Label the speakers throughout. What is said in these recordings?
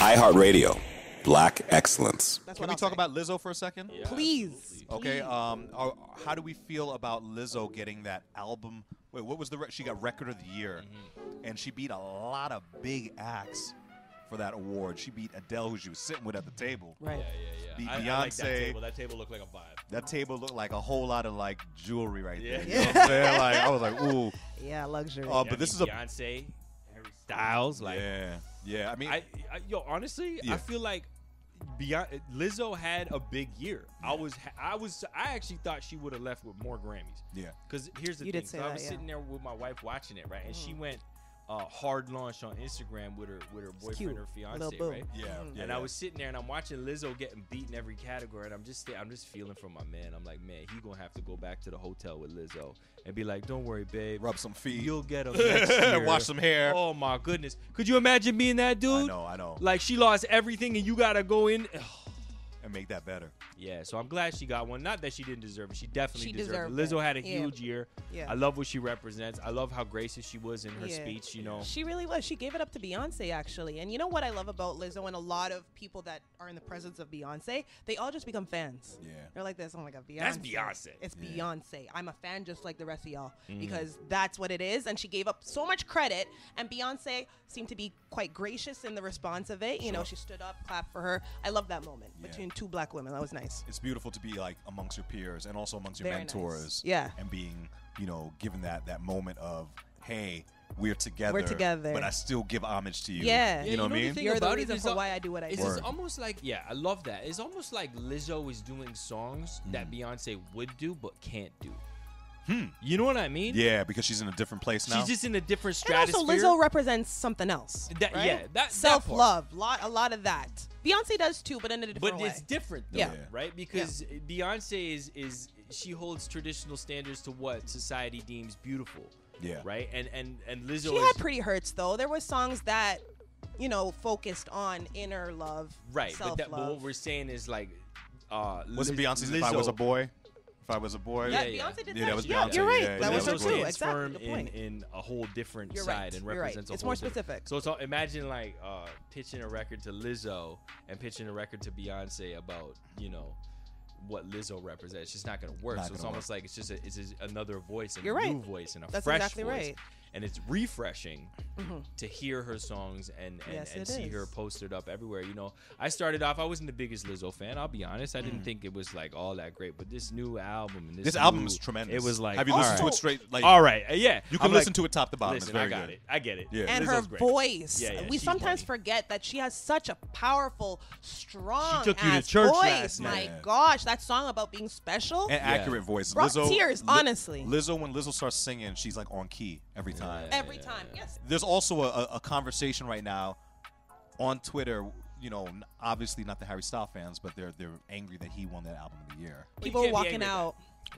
Speaker 1: iHeartRadio, Black Excellence.
Speaker 2: That's
Speaker 3: Can
Speaker 2: what
Speaker 3: we
Speaker 2: I'm
Speaker 3: talk
Speaker 2: saying.
Speaker 3: about Lizzo for a second?
Speaker 2: Please.
Speaker 3: Okay.
Speaker 2: please.
Speaker 3: Um. are- how do we feel about Lizzo getting that album? Wait, what was the? Re- she got record of the year, and she beat a lot of big acts for that award. She beat Adele, who she was sitting with at the table.
Speaker 2: right.
Speaker 3: Be
Speaker 4: I, I like that
Speaker 3: Beyonce.
Speaker 4: table. That table looked like a vibe.
Speaker 3: That table looked like a whole lot of like jewelry right
Speaker 4: Yeah.
Speaker 3: there. You know what I'm saying? Like I was like, ooh.
Speaker 2: Yeah, luxury.
Speaker 3: Uh,
Speaker 4: Yeah, I
Speaker 3: but this is
Speaker 4: mean,
Speaker 3: a
Speaker 4: Beyonce, Harry Styles. Like,
Speaker 3: yeah, yeah. I mean,
Speaker 4: I, I yo, honestly,
Speaker 3: Yeah.
Speaker 4: I feel like Beyonce, Lizzo had a big year. I was, I was, I actually thought she would have left with more Grammys.
Speaker 3: yeah,
Speaker 4: Because here's the
Speaker 2: You
Speaker 4: thing.
Speaker 2: did say
Speaker 4: so I
Speaker 2: that,
Speaker 4: was
Speaker 2: yeah. Mm.
Speaker 4: sitting there with my wife watching it, right? And she went uh, hard launch on Instagram with her with her
Speaker 2: cute.
Speaker 4: boyfriend or
Speaker 2: Lil
Speaker 4: fiance,
Speaker 2: Boo.
Speaker 4: right?
Speaker 3: yeah, yeah.
Speaker 4: and I was sitting there and I'm watching Lizzo getting beat in every category, and I'm just th- I'm just feeling for my man. I'm like, man, he gonna have to go back to the hotel with Lizzo and be like, don't worry, babe,
Speaker 3: rub some feet,
Speaker 4: you'll get him next year.
Speaker 3: wash some hair.
Speaker 4: Oh my goodness, could you imagine being that dude?
Speaker 3: I know, I know,
Speaker 4: Like she lost everything and you gotta go in.
Speaker 3: and make that better.
Speaker 4: yeah, so I'm glad she got one. Not that she didn't deserve it. She definitely
Speaker 2: She
Speaker 4: deserved,
Speaker 2: deserved
Speaker 4: it. Lizzo
Speaker 2: it.
Speaker 4: had a
Speaker 2: Yeah.
Speaker 4: huge year.
Speaker 2: Yeah.
Speaker 4: I love what she represents. I love how gracious she was in her
Speaker 2: Yeah.
Speaker 4: speech. You know,
Speaker 5: She really was. She gave it up to Beyonce, actually. And you know what I love about Lizzo and a lot of people that are in the presence of Beyonce? They all just become fans.
Speaker 3: Yeah.
Speaker 5: They're like this. Oh my God, Beyonce.
Speaker 4: That's Beyonce.
Speaker 5: It's
Speaker 3: Yeah. Mm-hmm.
Speaker 5: Beyonce. I'm a fan just like the rest of y'all because that's what it is. And she gave up so much credit. And Beyonce seemed to be quite gracious in the response of it. You know, she stood up, clapped for her. I love that moment
Speaker 3: Yeah.
Speaker 5: between two black women. That was nice.
Speaker 3: It's beautiful to be like amongst your peers and also amongst your
Speaker 5: Very nice.
Speaker 3: mentors.
Speaker 5: Yeah.
Speaker 3: and being you know given that that moment of hey, we're together.
Speaker 5: together.
Speaker 3: but I still give homage to you.
Speaker 5: Yeah.
Speaker 3: you
Speaker 5: Yeah,
Speaker 3: know what I mean.
Speaker 4: thing
Speaker 5: You're the
Speaker 4: about it
Speaker 5: reason
Speaker 4: is
Speaker 5: for
Speaker 4: al-
Speaker 5: why I do what I
Speaker 4: is
Speaker 5: do.
Speaker 4: It's
Speaker 3: Word.
Speaker 4: almost like yeah, I love that. It's almost like Lizzo is doing songs
Speaker 3: Mm.
Speaker 4: that Beyonce would do but can't do. Hmm. You know what I mean?
Speaker 3: Yeah, because she's in a different place
Speaker 4: She's
Speaker 3: now.
Speaker 4: just in a different
Speaker 5: And also,
Speaker 4: stratosphere.
Speaker 5: Lizzo represents something else.
Speaker 4: That-
Speaker 5: right?
Speaker 4: yeah, that- that
Speaker 5: self love, lot a lot of that. Beyonce does too, but in a different
Speaker 4: but
Speaker 5: way.
Speaker 4: it's different though,
Speaker 5: Yeah.
Speaker 3: Yeah.
Speaker 4: right? Because Beyonce is is she holds traditional standards to what society deems beautiful.
Speaker 3: Yeah.
Speaker 4: Right? And and and Lizzo
Speaker 5: she
Speaker 4: is
Speaker 5: had pretty hurts though. There were songs that, you know, focused on inner love,
Speaker 4: right, but,
Speaker 5: Self
Speaker 4: that, but what
Speaker 5: love.
Speaker 4: we're saying is like uh
Speaker 3: Wasn't
Speaker 4: Liz-
Speaker 3: Beyonce's if I was a
Speaker 4: Lizzo-
Speaker 3: boy? If I was a boy.
Speaker 5: yeah,
Speaker 4: Yeah, yeah.
Speaker 5: Beyonce did
Speaker 3: Yeah, that
Speaker 5: that.
Speaker 3: was
Speaker 5: yeah,
Speaker 3: Beyonce.
Speaker 5: you're right.
Speaker 3: Yeah, yeah,
Speaker 5: that was
Speaker 3: yeah.
Speaker 5: her
Speaker 3: Lizzo
Speaker 5: too.
Speaker 3: is
Speaker 5: Exactly.
Speaker 4: firm
Speaker 5: Good
Speaker 4: in,
Speaker 5: point.
Speaker 4: in a whole different
Speaker 5: You're
Speaker 4: side
Speaker 5: right.
Speaker 4: and
Speaker 5: You're right.
Speaker 4: represents a
Speaker 5: It's
Speaker 4: whole
Speaker 5: more
Speaker 4: different-
Speaker 5: specific.
Speaker 4: So it's all, imagine like uh, pitching a record to Lizzo and pitching a record to Beyonce about you know what Lizzo represents. It's just not gonna work.
Speaker 3: Not
Speaker 4: so it's
Speaker 3: gonna
Speaker 4: almost like it's just a, it's just another voice and
Speaker 5: You're
Speaker 4: a
Speaker 5: right.
Speaker 4: new voice and a
Speaker 5: That's
Speaker 4: fresh
Speaker 5: exactly
Speaker 4: voice.
Speaker 5: right. Mm-hmm.
Speaker 4: And it's refreshing to hear her songs and and,
Speaker 5: Yes,
Speaker 4: and
Speaker 5: it
Speaker 4: see her
Speaker 5: is.
Speaker 4: posted up everywhere. You know, I started off. I wasn't the biggest Lizzo fan. I'll be honest. I
Speaker 5: Mm.
Speaker 4: didn't think it was like all that great. But this new album and this
Speaker 3: This album
Speaker 4: new-
Speaker 3: is tremendous.
Speaker 4: It was like
Speaker 3: have you
Speaker 4: all
Speaker 3: listened to
Speaker 4: right.
Speaker 3: it straight? Like,
Speaker 4: All right, uh, yeah.
Speaker 3: You can
Speaker 4: I'm
Speaker 3: listen
Speaker 4: like,
Speaker 3: to it top to bottom.
Speaker 4: Listen,
Speaker 3: it's very
Speaker 4: I got
Speaker 3: good.
Speaker 4: it. I get it.
Speaker 3: Yeah.
Speaker 5: And
Speaker 4: Lizzo's
Speaker 5: her
Speaker 4: great.
Speaker 5: voice.
Speaker 4: Yeah, yeah,
Speaker 5: we
Speaker 4: she's
Speaker 5: sometimes
Speaker 4: funny.
Speaker 5: forget that she has such a powerful, strong
Speaker 4: took you to
Speaker 5: ass
Speaker 4: church
Speaker 5: voice.
Speaker 4: last
Speaker 5: My
Speaker 3: night.
Speaker 5: gosh, that song about being special.
Speaker 3: and accurate voice.
Speaker 5: Brought
Speaker 3: Lizzo,
Speaker 5: tears, honestly.
Speaker 3: Lizzo, when Lizzo starts singing, she's like on key every time.
Speaker 5: Every time, yes.
Speaker 3: There's also a, a, a conversation right now on Twitter. You know, n- obviously not the Harry Styles fans, but they're they're angry that he won that album of the year.
Speaker 5: People were
Speaker 4: can't be
Speaker 5: walking
Speaker 4: angry at
Speaker 5: out.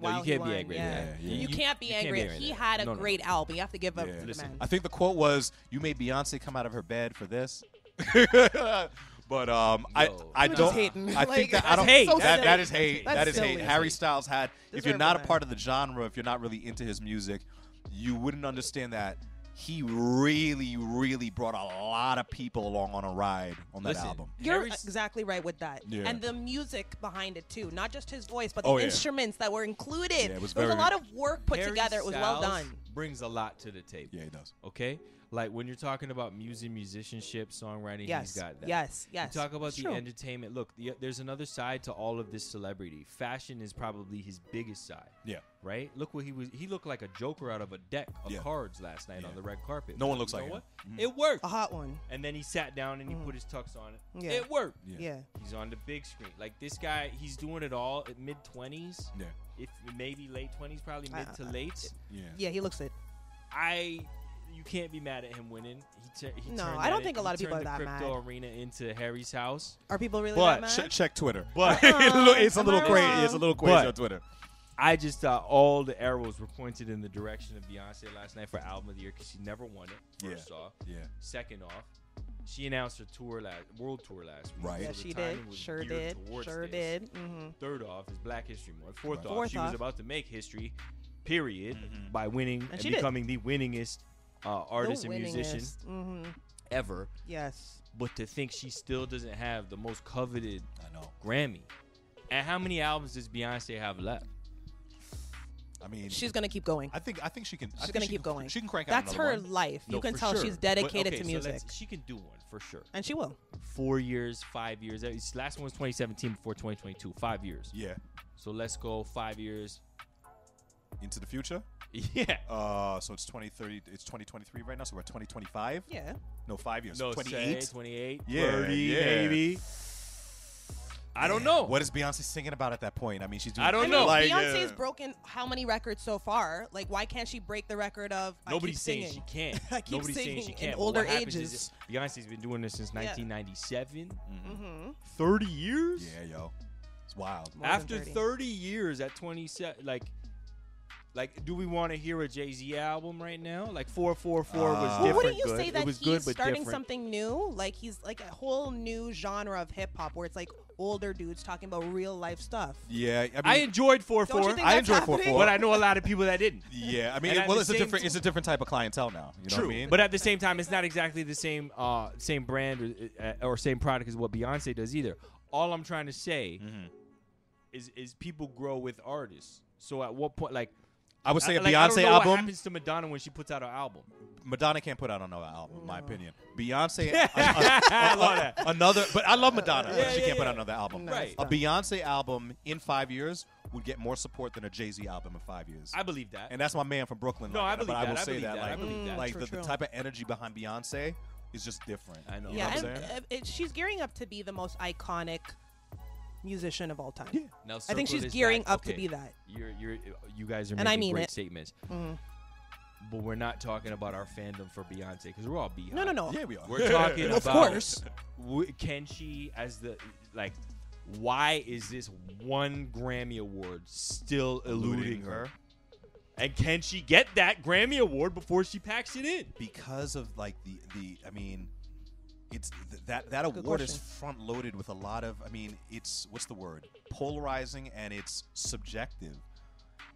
Speaker 4: No, you
Speaker 5: while he
Speaker 4: can't be
Speaker 5: won,
Speaker 4: angry at
Speaker 5: Yeah.
Speaker 4: that.
Speaker 3: Yeah, yeah.
Speaker 5: You, can't be angry. at-
Speaker 4: at
Speaker 5: he
Speaker 4: that.
Speaker 5: had a
Speaker 4: No, no, no.
Speaker 5: great album. You have to give up
Speaker 3: Yeah.
Speaker 5: to the
Speaker 4: Listen,
Speaker 5: man.
Speaker 3: I think the quote was, "You made Beyonce come out of her bed for this." but um, I
Speaker 4: Yo.
Speaker 3: I
Speaker 5: You're just
Speaker 3: don't.
Speaker 5: hating.
Speaker 3: I think
Speaker 5: Like,
Speaker 3: that I don't.
Speaker 4: that's hate. so
Speaker 3: that, that
Speaker 5: silly.
Speaker 3: is hate.
Speaker 5: That's
Speaker 3: that is
Speaker 5: silly.
Speaker 3: hate. Harry Styles had. if you're
Speaker 5: Deserve
Speaker 3: not a
Speaker 5: one.
Speaker 3: part of the genre, if you're not really into his music, you wouldn't understand that he really, really brought a lot of people along on a ride on that
Speaker 4: Listen,
Speaker 3: album.
Speaker 5: You're
Speaker 4: Harry's-
Speaker 5: exactly right with that.
Speaker 3: Yeah.
Speaker 5: And the music behind it too, not just his voice, but the
Speaker 3: Oh, yeah.
Speaker 5: instruments that were included.
Speaker 3: Yeah, it was
Speaker 5: there was
Speaker 3: very-
Speaker 5: a lot of work put
Speaker 4: Harry
Speaker 5: together. It was well
Speaker 4: Styles
Speaker 5: done.
Speaker 4: Brings a lot to the table.
Speaker 3: Yeah, he does.
Speaker 4: Okay, like when you're talking about music, musicianship, songwriting,
Speaker 5: Yes,
Speaker 4: he's got that.
Speaker 5: yes, yes.
Speaker 4: You talk about
Speaker 5: It's
Speaker 4: the
Speaker 5: true.
Speaker 4: entertainment. Look, the, there's another side to all of this celebrity. Fashion is probably his biggest side.
Speaker 3: Yeah.
Speaker 4: Right. Look what he was. He looked like a joker out of a deck of
Speaker 3: Yeah.
Speaker 4: cards last night
Speaker 3: Yeah.
Speaker 4: on the red carpet.
Speaker 3: No one
Speaker 4: But
Speaker 3: looks
Speaker 4: you
Speaker 3: like
Speaker 4: know
Speaker 3: him.
Speaker 4: what? It worked.
Speaker 5: A hot one.
Speaker 4: And then he sat down and he put his tux on.
Speaker 5: Mm-hmm. Yeah.
Speaker 4: It worked.
Speaker 3: Yeah.
Speaker 5: Yeah.
Speaker 4: He's on the big screen. Like this guy, he's doing it all at mid twenties.
Speaker 3: Yeah.
Speaker 4: If maybe late twenties, probably mid to
Speaker 5: I- I-
Speaker 4: late.
Speaker 3: Yeah.
Speaker 5: Yeah, he looks Uh, it.
Speaker 4: I, you can't be mad at him winning. He, tur- he
Speaker 5: No,
Speaker 4: turned
Speaker 5: I don't
Speaker 4: that-
Speaker 5: think a
Speaker 4: he
Speaker 5: lot of people
Speaker 4: turned
Speaker 5: are
Speaker 4: the
Speaker 5: that
Speaker 4: crypto arena into Harry's house.
Speaker 5: Are people really
Speaker 4: But
Speaker 5: that mad?
Speaker 3: Check, check Twitter.
Speaker 4: But-
Speaker 3: It lo- it's a
Speaker 5: Am
Speaker 3: little
Speaker 5: I
Speaker 3: crazy.
Speaker 5: wrong?
Speaker 3: It's a little crazy
Speaker 4: But-
Speaker 3: on Twitter.
Speaker 4: I just thought all the arrows were pointed in the direction of Beyonce last night for album of the year because she never won it. First
Speaker 3: Yeah.
Speaker 4: off,
Speaker 3: Yeah.
Speaker 4: second off, she announced her tour last world tour last week.
Speaker 3: Right.
Speaker 5: yeah,
Speaker 4: so the
Speaker 5: she did.
Speaker 4: timing was
Speaker 5: Sure
Speaker 4: geared
Speaker 5: did.
Speaker 4: towards
Speaker 5: Sure
Speaker 4: this.
Speaker 5: did. hmm
Speaker 4: Third off is Black History Month. Fourth
Speaker 3: Right.
Speaker 4: off,
Speaker 5: Fourth
Speaker 4: she was
Speaker 5: off. Mm-hmm.
Speaker 4: about to make history, period, by winning and,
Speaker 5: she did.
Speaker 4: becoming the winningest uh, artist and musician
Speaker 5: hmm
Speaker 4: ever.
Speaker 5: Yes.
Speaker 4: But to think she still doesn't have the most coveted
Speaker 3: I know.
Speaker 4: Grammy. And how many albums does Beyonce have left?
Speaker 3: I mean,
Speaker 5: She's going to keep going.
Speaker 3: I think I think she can. I
Speaker 5: She's
Speaker 3: think
Speaker 5: going to
Speaker 3: she
Speaker 5: keep
Speaker 3: can-
Speaker 5: going.
Speaker 3: She can crank out
Speaker 5: That's
Speaker 3: another
Speaker 5: her
Speaker 3: one.
Speaker 5: life.
Speaker 4: No,
Speaker 5: you can
Speaker 4: for
Speaker 5: tell
Speaker 4: sure.
Speaker 5: she's
Speaker 4: But,
Speaker 5: dedicated
Speaker 4: okay,
Speaker 5: to
Speaker 4: so
Speaker 5: music.
Speaker 4: let's- she can do one for sure.
Speaker 5: and she will.
Speaker 4: Four years, five years. eh, it's- Last one was 2017 before 2022. Five years.
Speaker 3: Yeah.
Speaker 4: So let's go five years.
Speaker 3: Into the future.
Speaker 4: Yeah.
Speaker 3: Uh, so it's 2030. It's 2023 right now. So we're at 2025.
Speaker 5: Yeah.
Speaker 3: No, five years.
Speaker 4: No,
Speaker 3: 28.
Speaker 4: 28, 28,
Speaker 3: Yeah,
Speaker 4: 30,
Speaker 3: yeah.
Speaker 4: maybe. I don't know.
Speaker 3: What is Beyonce singing about at that point? I mean, she's doing.
Speaker 4: I
Speaker 5: I
Speaker 4: don't
Speaker 5: mean,
Speaker 4: know.
Speaker 3: Like,
Speaker 5: Beyonce's
Speaker 3: uh,
Speaker 5: broken how many records so far? Like, why can't she break the record of I
Speaker 4: Nobody's
Speaker 5: keep
Speaker 4: saying
Speaker 5: singing?
Speaker 4: she can't.
Speaker 5: I keep
Speaker 4: Nobody's saying
Speaker 5: singing
Speaker 4: she
Speaker 5: in
Speaker 4: can't. but
Speaker 5: older
Speaker 4: what happens is
Speaker 5: ages.
Speaker 4: it- Beyonce's been doing this since 1997.
Speaker 5: hmm
Speaker 4: 30 years?
Speaker 3: Yeah, yo, it's wild.
Speaker 5: More than
Speaker 4: After 30.
Speaker 5: 30.
Speaker 4: years at 27, like, like, do we want to hear a Jay Z album right now? Like, 444 was
Speaker 3: Uh,
Speaker 5: Well,
Speaker 4: different.
Speaker 5: wouldn't you
Speaker 4: good.
Speaker 5: say that
Speaker 4: it was
Speaker 5: he's
Speaker 4: good, but
Speaker 5: starting
Speaker 4: different.
Speaker 5: something new? Like he's like a whole new genre of hip hop where it's like older dudes talking about real life stuff.
Speaker 3: Yeah, I mean,
Speaker 4: I enjoyed 44.
Speaker 5: Don't you think
Speaker 3: I
Speaker 5: that's
Speaker 3: enjoy
Speaker 5: happening?
Speaker 3: 4-4.
Speaker 4: but I know a lot of people that didn't.
Speaker 3: yeah, I mean,
Speaker 4: And
Speaker 3: it-
Speaker 4: at
Speaker 3: well,
Speaker 4: the
Speaker 3: it's a
Speaker 4: same
Speaker 3: different,
Speaker 4: t-
Speaker 3: it's a different type of clientele now. You know
Speaker 4: True,
Speaker 3: what I mean?
Speaker 4: but at the same time, it's not exactly the same uh, same brand or, uh, or same product as what Beyonce does either. All I'm trying to say
Speaker 3: Mm-hmm.
Speaker 4: is is people grow with artists. So at what point, like,
Speaker 3: I would say
Speaker 4: I,
Speaker 3: a
Speaker 4: like, I don't
Speaker 3: Beyonce
Speaker 4: know What
Speaker 3: album.
Speaker 4: happens to Madonna when she puts out her album?
Speaker 3: Madonna can't put out another album, in my
Speaker 5: No.
Speaker 3: opinion. Beyonce,
Speaker 4: I love that.
Speaker 3: another, but I love Madonna,
Speaker 4: Yeah,
Speaker 3: but she
Speaker 4: yeah,
Speaker 3: can't put
Speaker 4: yeah.
Speaker 3: out another album.
Speaker 5: No,
Speaker 4: Right.
Speaker 5: it's
Speaker 3: A
Speaker 5: not.
Speaker 3: Beyonce album in five years would get more support than a Jay Z album in five years.
Speaker 4: I believe that.
Speaker 3: and that's my man from Brooklyn.
Speaker 4: No,
Speaker 3: like,
Speaker 4: I believe
Speaker 3: but I
Speaker 4: that.
Speaker 3: will
Speaker 4: I
Speaker 3: say
Speaker 4: believe
Speaker 3: that,
Speaker 4: that. I
Speaker 3: like,
Speaker 4: believe that.
Speaker 3: like
Speaker 5: True,
Speaker 3: the, the
Speaker 5: true.
Speaker 3: type of energy behind Beyonce is just different.
Speaker 4: I know.
Speaker 3: You
Speaker 5: yeah,
Speaker 3: know what I'm
Speaker 5: and
Speaker 3: saying?
Speaker 5: uh, it, she's gearing up to be the most iconic musician of all time.
Speaker 4: Now
Speaker 5: I think
Speaker 4: circle
Speaker 5: she's
Speaker 4: this
Speaker 5: gearing
Speaker 4: back.
Speaker 5: up to
Speaker 4: Okay.
Speaker 5: be that.
Speaker 4: You're, you're, you guys are
Speaker 5: And
Speaker 4: making
Speaker 5: I mean
Speaker 4: great
Speaker 5: it. Mm-hmm.
Speaker 4: statements. But we're not talking about our fandom for Beyonce because we're all Beyonce.
Speaker 5: No, no, no.
Speaker 3: Yeah, we are.
Speaker 4: We're talking
Speaker 5: Of
Speaker 4: about.
Speaker 5: course.
Speaker 4: w- Can she, as the like, why is this one Grammy award still eluding, her? And can she get that Grammy award before she packs it in?
Speaker 3: because of like the the I mean, it's th- that that
Speaker 5: Good
Speaker 3: award is
Speaker 5: question.
Speaker 3: front loaded with a lot of I mean it's what's the word polarizing and it's subjective.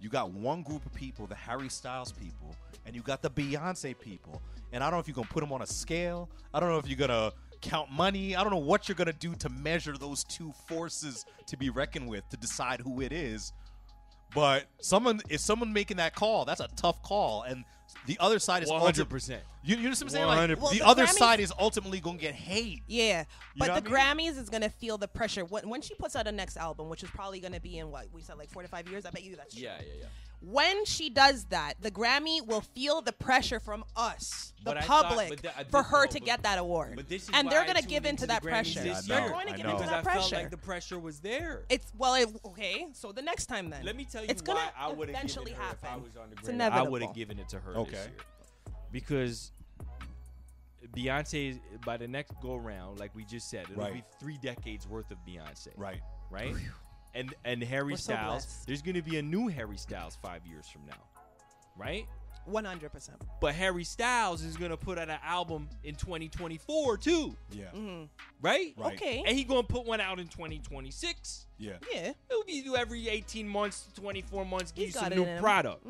Speaker 3: You got one group of people, the Harry Styles people, and you got the Beyonce people. And I don't know if you're gonna put them on a scale. I don't know if you're gonna count money. I don't know what you're gonna do to measure those two forces to be reckoned with to decide who it is. But someone, if someone making that call, that's a tough call, and the other side is
Speaker 4: One
Speaker 3: ulti-
Speaker 4: hundred percent.
Speaker 3: you, you know what I'm saying? Like,
Speaker 4: 100%.
Speaker 3: the,
Speaker 5: Well, the
Speaker 3: other
Speaker 5: Grammys-
Speaker 3: side is ultimately going to get hate.
Speaker 5: Yeah, but
Speaker 3: know
Speaker 5: the
Speaker 3: what
Speaker 5: Grammys is gonna feel the pressure when, when she puts out her next album, which is probably gonna be in what we said like four to five years. I bet you that's true.
Speaker 4: Yeah, yeah, yeah.
Speaker 5: When she does that, the Grammy will feel the pressure from us, the
Speaker 4: But I thought-
Speaker 5: public,
Speaker 4: but that- I
Speaker 5: for
Speaker 4: did
Speaker 5: her
Speaker 4: know,
Speaker 5: to
Speaker 4: but-
Speaker 5: get that award,
Speaker 4: But this is
Speaker 5: and
Speaker 4: why
Speaker 5: they're
Speaker 4: I
Speaker 5: gonna
Speaker 4: tuned
Speaker 5: give
Speaker 4: into
Speaker 5: into
Speaker 4: the
Speaker 5: that
Speaker 4: Grammys
Speaker 5: pressure.
Speaker 4: this
Speaker 5: They're
Speaker 3: year.
Speaker 5: going to
Speaker 3: I
Speaker 5: give
Speaker 3: know.
Speaker 5: into
Speaker 4: Because
Speaker 5: that
Speaker 4: I
Speaker 5: pressure.
Speaker 4: felt like the pressure was there.
Speaker 5: It's well, it, okay. So the next time then.
Speaker 4: Let me tell you
Speaker 5: it's
Speaker 4: why
Speaker 5: gonna
Speaker 4: I would have given
Speaker 5: eventually
Speaker 4: it her
Speaker 5: happen.
Speaker 4: if I was on the
Speaker 5: It's
Speaker 4: Grammy. I
Speaker 5: inevitable.
Speaker 4: would have given it to her
Speaker 3: Okay.
Speaker 4: this year because Beyonce by the next go round, like we just said, it'll
Speaker 3: Right.
Speaker 4: be three decades worth of Beyonce.
Speaker 3: Right.
Speaker 4: right? And and Harry
Speaker 5: We're so
Speaker 4: Styles,
Speaker 5: blessed.
Speaker 4: there's gonna be a new Harry Styles five years from now, right?
Speaker 5: One hundred percent.
Speaker 4: But Harry Styles is gonna put out an album in 2024 too,
Speaker 3: Yeah.
Speaker 5: Mm-hmm.
Speaker 4: right?
Speaker 3: Right.
Speaker 5: Okay.
Speaker 4: And he gonna put one out in 2026.
Speaker 3: Yeah.
Speaker 5: Yeah.
Speaker 4: It'll be you every 18 months, to 24 months, give
Speaker 5: He's
Speaker 4: you some
Speaker 5: got it
Speaker 4: new
Speaker 5: in him. Mm-hmm.
Speaker 4: product.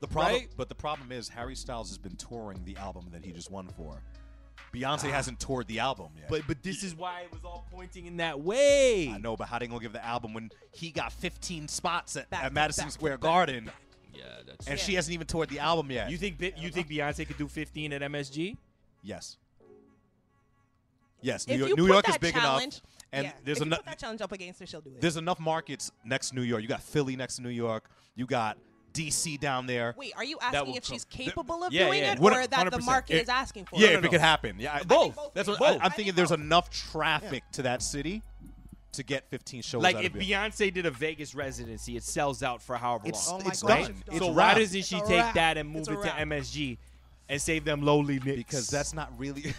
Speaker 3: The problem,
Speaker 4: Right?
Speaker 3: but the problem is Harry Styles has been touring the album that he just won for. Beyonce
Speaker 5: Ah.
Speaker 3: hasn't toured the album yet.
Speaker 4: But but this is why it was all pointing in that way.
Speaker 3: I know, but how they gonna give the album when he got 15 spots at,
Speaker 5: Back
Speaker 3: at
Speaker 5: to
Speaker 3: Madison
Speaker 5: back to
Speaker 3: Square Garden
Speaker 4: Yeah, that's.
Speaker 3: and
Speaker 5: Yeah.
Speaker 3: she hasn't even toured the album yet?
Speaker 4: you think Bi- you think Beyonce could do 15 at MSG?
Speaker 3: yes. Yes.
Speaker 5: If
Speaker 3: New York,
Speaker 5: you
Speaker 3: New
Speaker 5: put
Speaker 3: York is
Speaker 5: that
Speaker 3: big
Speaker 5: challenge,
Speaker 3: enough, and
Speaker 5: yeah.
Speaker 3: there's
Speaker 5: if you
Speaker 3: enough.
Speaker 5: put that challenge up against her, she'll do it.
Speaker 3: There's enough markets next to New York. You got Philly next to New York. You got DC down there.
Speaker 5: Wait, are you
Speaker 3: will
Speaker 5: asking if
Speaker 3: come-
Speaker 5: she's capable of
Speaker 4: yeah,
Speaker 5: doing
Speaker 4: yeah.
Speaker 5: it,
Speaker 3: What-
Speaker 5: or that the
Speaker 3: 100%.
Speaker 5: market
Speaker 3: It-
Speaker 5: is asking for?
Speaker 3: Yeah,
Speaker 5: it?
Speaker 3: if it could happen. Yeah, I-
Speaker 4: Both.
Speaker 5: both.
Speaker 3: That's what
Speaker 5: Both.
Speaker 3: I,
Speaker 5: I
Speaker 3: am
Speaker 5: think
Speaker 3: thinking. There's
Speaker 5: both.
Speaker 3: enough traffic to that city to get 15 shows.
Speaker 4: Like
Speaker 3: out
Speaker 4: if
Speaker 3: of it.
Speaker 4: Beyonce did a Vegas residency, it sells out for however
Speaker 3: it's
Speaker 4: long.
Speaker 5: my
Speaker 3: it's
Speaker 5: gosh.
Speaker 3: done.
Speaker 5: It's
Speaker 3: It's
Speaker 4: so why
Speaker 3: wrapped.
Speaker 4: doesn't she
Speaker 5: It's a
Speaker 4: take
Speaker 5: wrap.
Speaker 4: that and move
Speaker 5: It's a
Speaker 4: it to
Speaker 5: wrap.
Speaker 4: MSG and save them lowly nicks?
Speaker 3: because that's not really.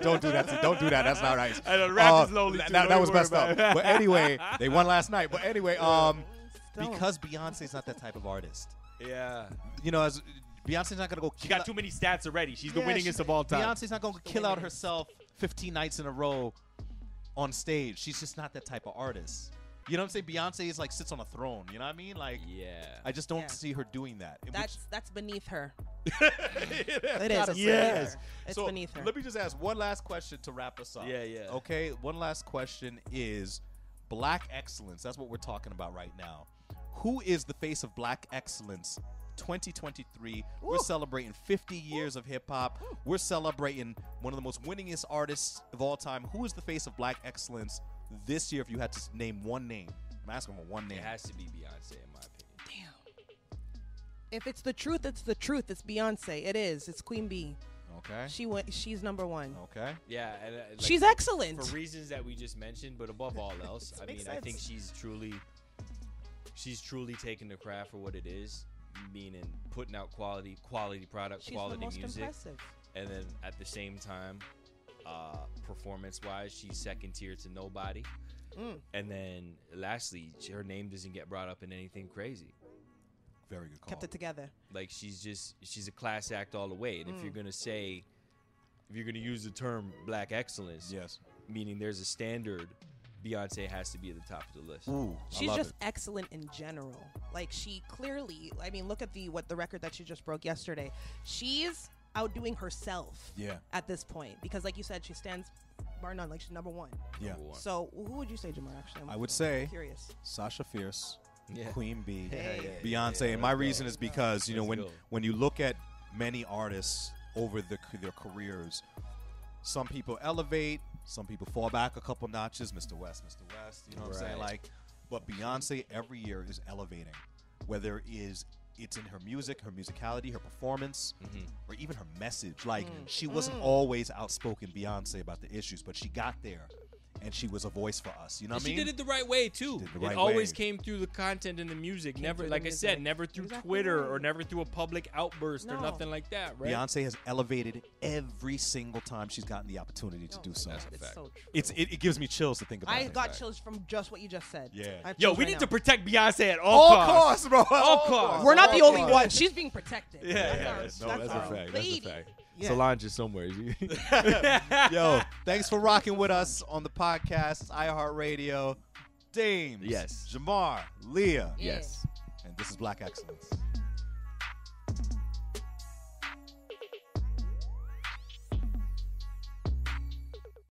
Speaker 3: don't do that. to- Don't do that. That's not right. Uh,
Speaker 4: I know, rap is lowly
Speaker 3: that,
Speaker 4: too.
Speaker 3: that-
Speaker 4: Don't
Speaker 3: that
Speaker 4: you
Speaker 3: was
Speaker 4: worry
Speaker 3: messed up.
Speaker 4: about it.
Speaker 3: But anyway, they won last night. But anyway, um,
Speaker 5: Still.
Speaker 3: because Beyonce's not that type of artist.
Speaker 4: yeah.
Speaker 3: You know, as Beyonce's not gonna go.
Speaker 4: She got too many stats already. She's the
Speaker 3: Yeah,
Speaker 4: winningest
Speaker 3: she-
Speaker 4: of all time.
Speaker 3: Beyonce's not gonna kill out herself 15 nights in a row on stage. She's just not that type of artist. You know what I'm saying? Beyonce is like sits on a throne. You know what I mean? Like
Speaker 4: Yeah.
Speaker 3: I just don't
Speaker 5: Yeah.
Speaker 3: see her doing that. Which-
Speaker 5: That's that's beneath her. It is. It's
Speaker 4: Yes.
Speaker 5: beneath her. It's
Speaker 3: so
Speaker 5: beneath her.
Speaker 3: Let me just ask one last question to wrap us up.
Speaker 4: Yeah, yeah.
Speaker 3: Okay, one last question is black excellence. That's what we're talking about right now. Who is the face of black excellence 2023? We're celebrating 50 years of hip hop. We're celebrating one of the most winningest artists of all time. Who is the face of black excellence this year if you had to s- name one name? I'm asking for one name.
Speaker 4: It has to be Beyonce, in my opinion.
Speaker 5: Damn. If it's the truth, it's the truth. It's Beyonce. It is. It's Queen B.
Speaker 3: Okay.
Speaker 5: She went. She's number one.
Speaker 3: Okay.
Speaker 4: Yeah, and, uh, like,
Speaker 5: She's excellent.
Speaker 4: for reasons that we just mentioned, but above all else, I mean,
Speaker 5: makes
Speaker 4: I think
Speaker 5: sense.
Speaker 4: she's truly, she's truly taking the craft for what it is, meaning putting out quality, quality product,
Speaker 5: She's the
Speaker 4: quality
Speaker 5: most
Speaker 4: music,
Speaker 5: impressive.
Speaker 4: and then at the same time, uh, performance-wise, she's second tier to nobody.
Speaker 5: Mm.
Speaker 4: And then, lastly, she- her name doesn't get brought up in anything crazy.
Speaker 3: Very good call.
Speaker 5: Kept it together.
Speaker 4: Like she's just she's a class act all the way. And if you're gonna say, if you're gonna use the term black excellence,
Speaker 3: Yes.
Speaker 4: meaning there's a standard, Beyonce has to be at the top of the list.
Speaker 3: Ooh, I
Speaker 5: She's
Speaker 3: love
Speaker 5: just
Speaker 3: it.
Speaker 5: excellent in general. Like she clearly. I mean, look at the what the record that she just broke yesterday. She's outdoing herself.
Speaker 3: Yeah.
Speaker 5: At this point, because like you said, she stands bar none. Like she's number one.
Speaker 3: Yeah.
Speaker 4: Number one.
Speaker 5: So who would you say, Jamar? Actually, I'm
Speaker 3: I would say
Speaker 5: curious.
Speaker 3: Sasha Fierce,
Speaker 4: Yeah.
Speaker 3: Queen B,
Speaker 5: Hey. yeah,
Speaker 3: Beyonce. and
Speaker 4: let's
Speaker 3: my
Speaker 4: go.
Speaker 3: reason is because you know
Speaker 4: Let's
Speaker 3: when
Speaker 4: go.
Speaker 3: when you look at many artists over the, their careers, some people elevate, some people fall back a couple notches. Mr. West, Mr. West, you know what I'm saying?
Speaker 4: Right.
Speaker 3: Like, but Beyonce every year is elevating, whether it is it's in her music, her musicality, her performance,
Speaker 4: Mm-hmm.
Speaker 3: or even her message. Like she wasn't always outspoken Beyonce about the issues, but she got there, and she was a voice for us. You know
Speaker 4: And
Speaker 3: what I mean?
Speaker 4: she did it the right way too.
Speaker 3: did it the
Speaker 4: It,
Speaker 3: right
Speaker 4: always
Speaker 3: way.
Speaker 4: came through the content and the music. never,
Speaker 5: through the
Speaker 4: like I said,
Speaker 5: music.
Speaker 4: never through
Speaker 5: Exactly
Speaker 4: Twitter
Speaker 5: right.
Speaker 4: or never through a public outburst or
Speaker 5: No.
Speaker 4: nothing like that. Right?
Speaker 3: Beyonce has elevated every single time she's gotten the opportunity to do so.
Speaker 5: God,
Speaker 4: That's a
Speaker 5: it's
Speaker 4: fact.
Speaker 5: so true.
Speaker 3: It's it, it gives me chills to think about.
Speaker 5: I
Speaker 3: it.
Speaker 5: got chills from just what you just said.
Speaker 3: Yeah.
Speaker 5: I have
Speaker 4: Yo,
Speaker 5: chills
Speaker 4: we
Speaker 5: right
Speaker 4: need
Speaker 5: now.
Speaker 4: to protect Beyonce at all,
Speaker 3: all
Speaker 4: costs.
Speaker 3: costs, bro.
Speaker 4: All costs.
Speaker 5: We're not the only
Speaker 3: costs.
Speaker 5: one. She's being protected.
Speaker 4: Yeah, yeah,
Speaker 5: our-
Speaker 4: that's-
Speaker 3: no, that's a
Speaker 5: our
Speaker 3: fact,
Speaker 5: lady. Yeah.
Speaker 4: Solange is somewhere.
Speaker 3: Yo, thanks for rocking with us on the podcast, iHeartRadio, Dames,
Speaker 4: Yes.
Speaker 3: Jamar, Leah,
Speaker 5: Yeah.
Speaker 4: Yes.
Speaker 3: and this is Black Excellence.